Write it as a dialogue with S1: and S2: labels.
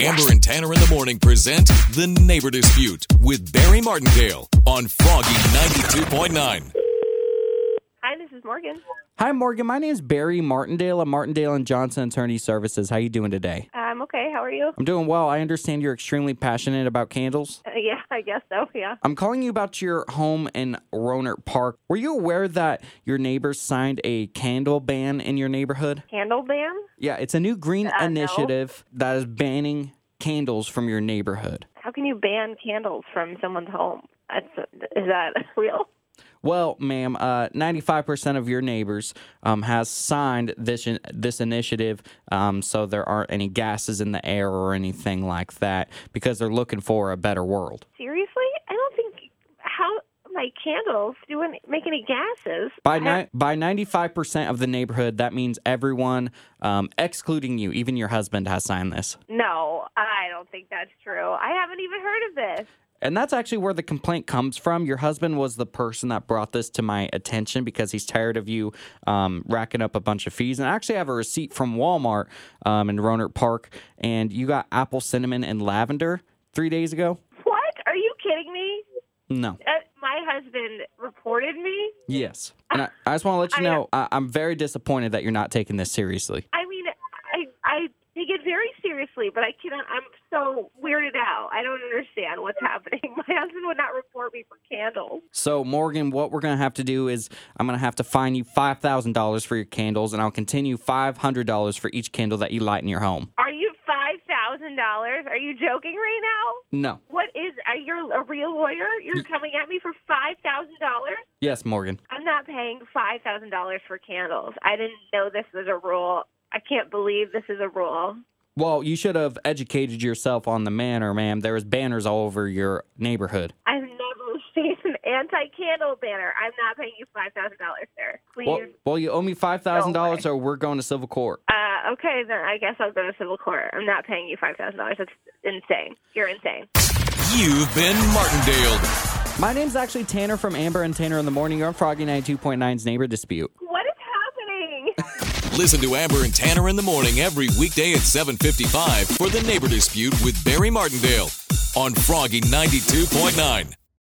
S1: Amber and Tanner in the morning present The Neighbor Dispute with Barry Martindale on Froggy 92.9.
S2: Hi, this is Morgan.
S3: Hi, Morgan. My name is Barry Martindale. I'm Martindale and Johnson Attorney Services. How you doing today?
S2: I'm okay. How are you?
S3: I'm doing well. I understand you're extremely passionate about candles.
S2: Uh, yeah, I guess so. Yeah.
S3: I'm calling you about your home in Roanert Park. Were you aware that your neighbors signed a candle ban in your neighborhood?
S2: Candle ban?
S3: Yeah, it's a new green
S2: no.
S3: initiative that is banning candles from your neighborhood.
S2: How can you ban candles from someone's home? That's, is that real?
S3: Well, ma'am, uh, 95% of your neighbors um, has signed this in- this initiative, um, so there aren't any gases in the air or anything like that because they're looking for a better world.
S2: Seriously? I don't think how like candles do any, make any gases.
S3: By ni- by 95% of the neighborhood, that means everyone, um, excluding you, even your husband, has signed this.
S2: No, I don't think that's true. I haven't even heard of this.
S3: And that's actually where the complaint comes from. Your husband was the person that brought this to my attention because he's tired of you um, racking up a bunch of fees. And I actually have a receipt from Walmart um, in Roanert Park, and you got apple, cinnamon, and lavender three days ago.
S2: What? Are you kidding me?
S3: No.
S2: Uh, my husband reported me.
S3: Yes. And I, I just want to let you
S2: I-
S3: know I, I'm very disappointed that you're not taking this seriously.
S2: I mean, I I take it very seriously, but I cannot. I'm so weirded out. I don't understand what's happening. My husband would not report me for candles.
S3: So, Morgan, what we're going to have to do is I'm going to have to fine you $5,000 for your candles, and I'll continue $500 for each candle that you light in your home.
S2: Are you five thousand dollars? Are you joking right now?
S3: No.
S2: What is? Are you a real lawyer? You're coming at me for five thousand dollars?
S3: Yes, Morgan.
S2: I'm not paying five thousand dollars for candles. I didn't know this was a rule. I can't believe this is a rule.
S3: Well, you should have educated yourself on the manner, ma'am. There was banners all over your neighborhood.
S2: I've never seen an anti-candle banner. I'm not paying you five thousand dollars, sir. Please.
S3: Well, well you owe me five thousand dollars,
S2: No
S3: or we're going to civil court.
S2: Uh, okay, then I guess I'll go to civil court. I'm not paying you five thousand dollars. That's insane. You're insane.
S1: You've been Martindale.
S3: My name's actually Tanner from Amber and Tanner in the Morning. You're on Froggy 92.9's Neighbor Dispute.
S2: What is happening?
S1: Listen to Amber and Tanner in the morning every weekday at 7:55 for The Neighbor Dispute with Barry Martindale on Froggy 92.9.